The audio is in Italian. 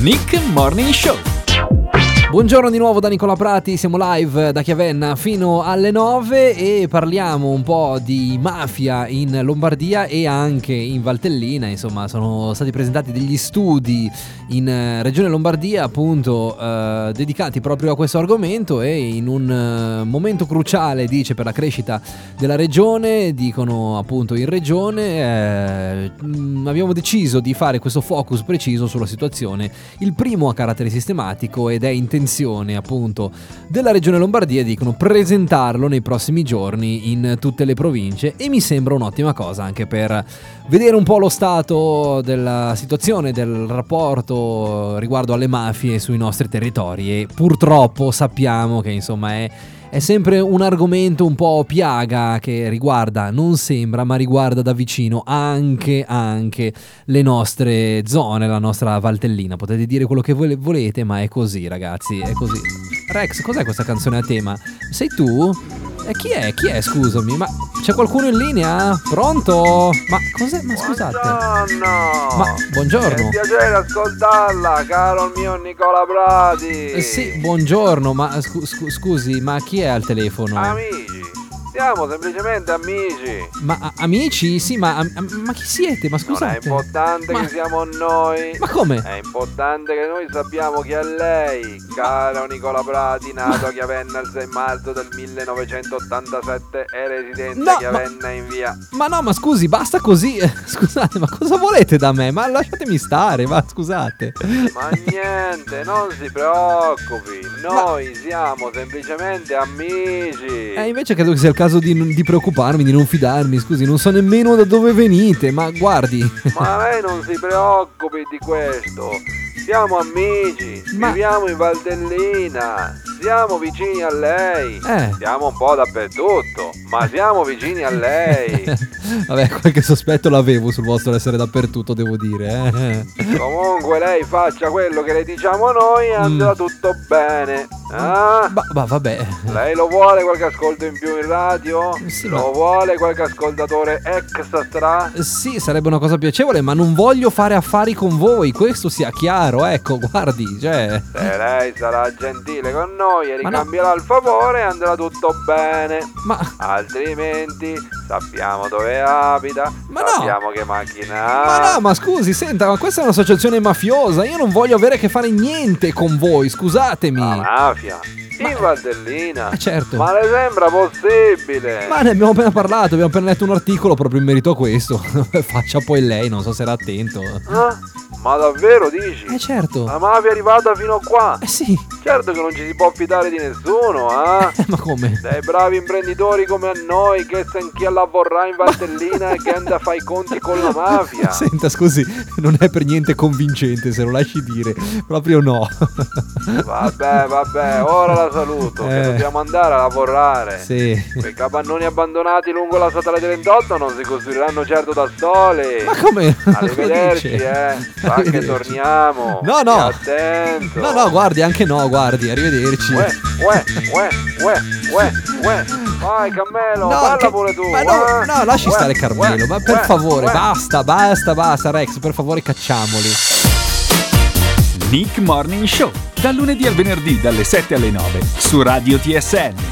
Nick Morning Show. Buongiorno di nuovo da Nicola Prati, siamo live da Chiavenna fino alle 9 e parliamo un po' di mafia in Lombardia e anche in Valtellina, insomma sono stati presentati degli studi in eh, Regione Lombardia appunto eh, dedicati proprio a questo argomento e in un eh, momento cruciale dice per la crescita della regione, dicono appunto in regione, eh, mh, abbiamo deciso di fare questo focus preciso sulla situazione, il primo a carattere sistematico ed è intenzione appunto della regione Lombardia, dicono presentarlo nei prossimi giorni in tutte le province e mi sembra un'ottima cosa anche per vedere un po' lo stato della situazione, del rapporto riguardo alle mafie sui nostri territori e purtroppo sappiamo che insomma è è sempre un argomento un po' piaga che riguarda, non sembra, ma riguarda da vicino anche, anche le nostre zone, la nostra Valtellina. Potete dire quello che vole- volete, ma è così, ragazzi, è così. Rex, cos'è questa canzone a tema? Sei tu? E chi è? Chi è? Scusami, ma c'è qualcuno in linea? Pronto? Ma cos'è? Ma scusate. Buongiorno! Ma È un buongiorno. piacere ascoltarla, caro il mio Nicola Prati! Eh, Sì, buongiorno, ma scu- scu- scusi, ma chi è al telefono? Ah, Amici, siamo semplicemente amici! Ma a- amici? Sì, ma, am- am- ma chi siete? Non Ma è scusate. importante Ma- che siamo noi! Ma come? È importante che noi sappiamo chi è lei, caro Nicola Prati, nato a Chiavenna il 6 marzo del 1987 e residente No, a Chiavenna in via. Ma no, ma scusi, basta così. Scusate, ma cosa volete da me? Ma lasciatemi stare, ma scusate. Ma niente, non si preoccupi, noi siamo semplicemente amici! Eh, invece credo che sia il caso di, non- di preoccuparmi, di non fidarmi, scusi, non so nemmeno da dove venite, ma guardi. Ma lei non si preoccupi di questo. Siamo amici, Ma- viviamo in Valtellina, siamo vicini a lei. Eh. Siamo un po' dappertutto, ma siamo vicini a lei. Vabbè, qualche sospetto l'avevo sul vostro essere dappertutto, devo dire. eh. Comunque lei faccia quello che le diciamo noi e andrà Mm. tutto bene. Ah? Ma, ma vabbè. Lei lo vuole qualche ascolto in più in radio? Sì, lo ma- Eh. vuole qualche ascoltatore extra? Sì, sarebbe una cosa piacevole, ma non voglio fare affari con voi, questo sia chiaro, ecco, guardi, cioè... Se Eh, lei sarà gentile con noi e Ma no. ricambierà il favore andrà tutto bene. Ma... Altrimenti sappiamo dove abita, Ma no! sappiamo che macchina ha. Ma no, ma scusi, senta, ma questa è un'associazione mafiosa. Io non voglio avere a che fare niente con voi, scusatemi. La Ma mafia. Ma- In Valtellina. certo. Ma le sembra possibile? Ma ne abbiamo appena parlato, abbiamo appena letto un articolo proprio in merito a questo. Faccia poi lei, non so se era attento. Ah, ma davvero dici? Eh certo. La mafia è arrivata fino qua. Eh sì, Certo che non ci si può fidare di nessuno, ah. Eh, ma come? Dai bravi imprenditori come a noi che se anch'io lavorrà in Valtellina e che anda a fare i conti con la mafia. Senta, scusi, non è per niente convincente, se lo lasci dire. Proprio no. Vabbè, vabbè, ora la saluto, che Eh. dobbiamo andare a lavorare. Sì. Quei capannoni abbandonati lungo la statale 38 non si costruiranno certo da soli. Ma come? Arrivederci, Cosa dice? eh. Sa che Arrivederci. torniamo. No, no. Stia attento. No, no, guardi, anche no, guardi, arrivederci. Uè, uè, uè, uè, uè, uè. Vai, Carmelo, parla che- pure tu. Ma no, eh. no, lasci Uè, stare Carmelo, uè, ma per uè, favore, uè. basta, basta, basta, Rex, per favore cacciamoli. Nick Morning Show, dal lunedì al venerdì dalle 7 alle 9 su Radio TSN.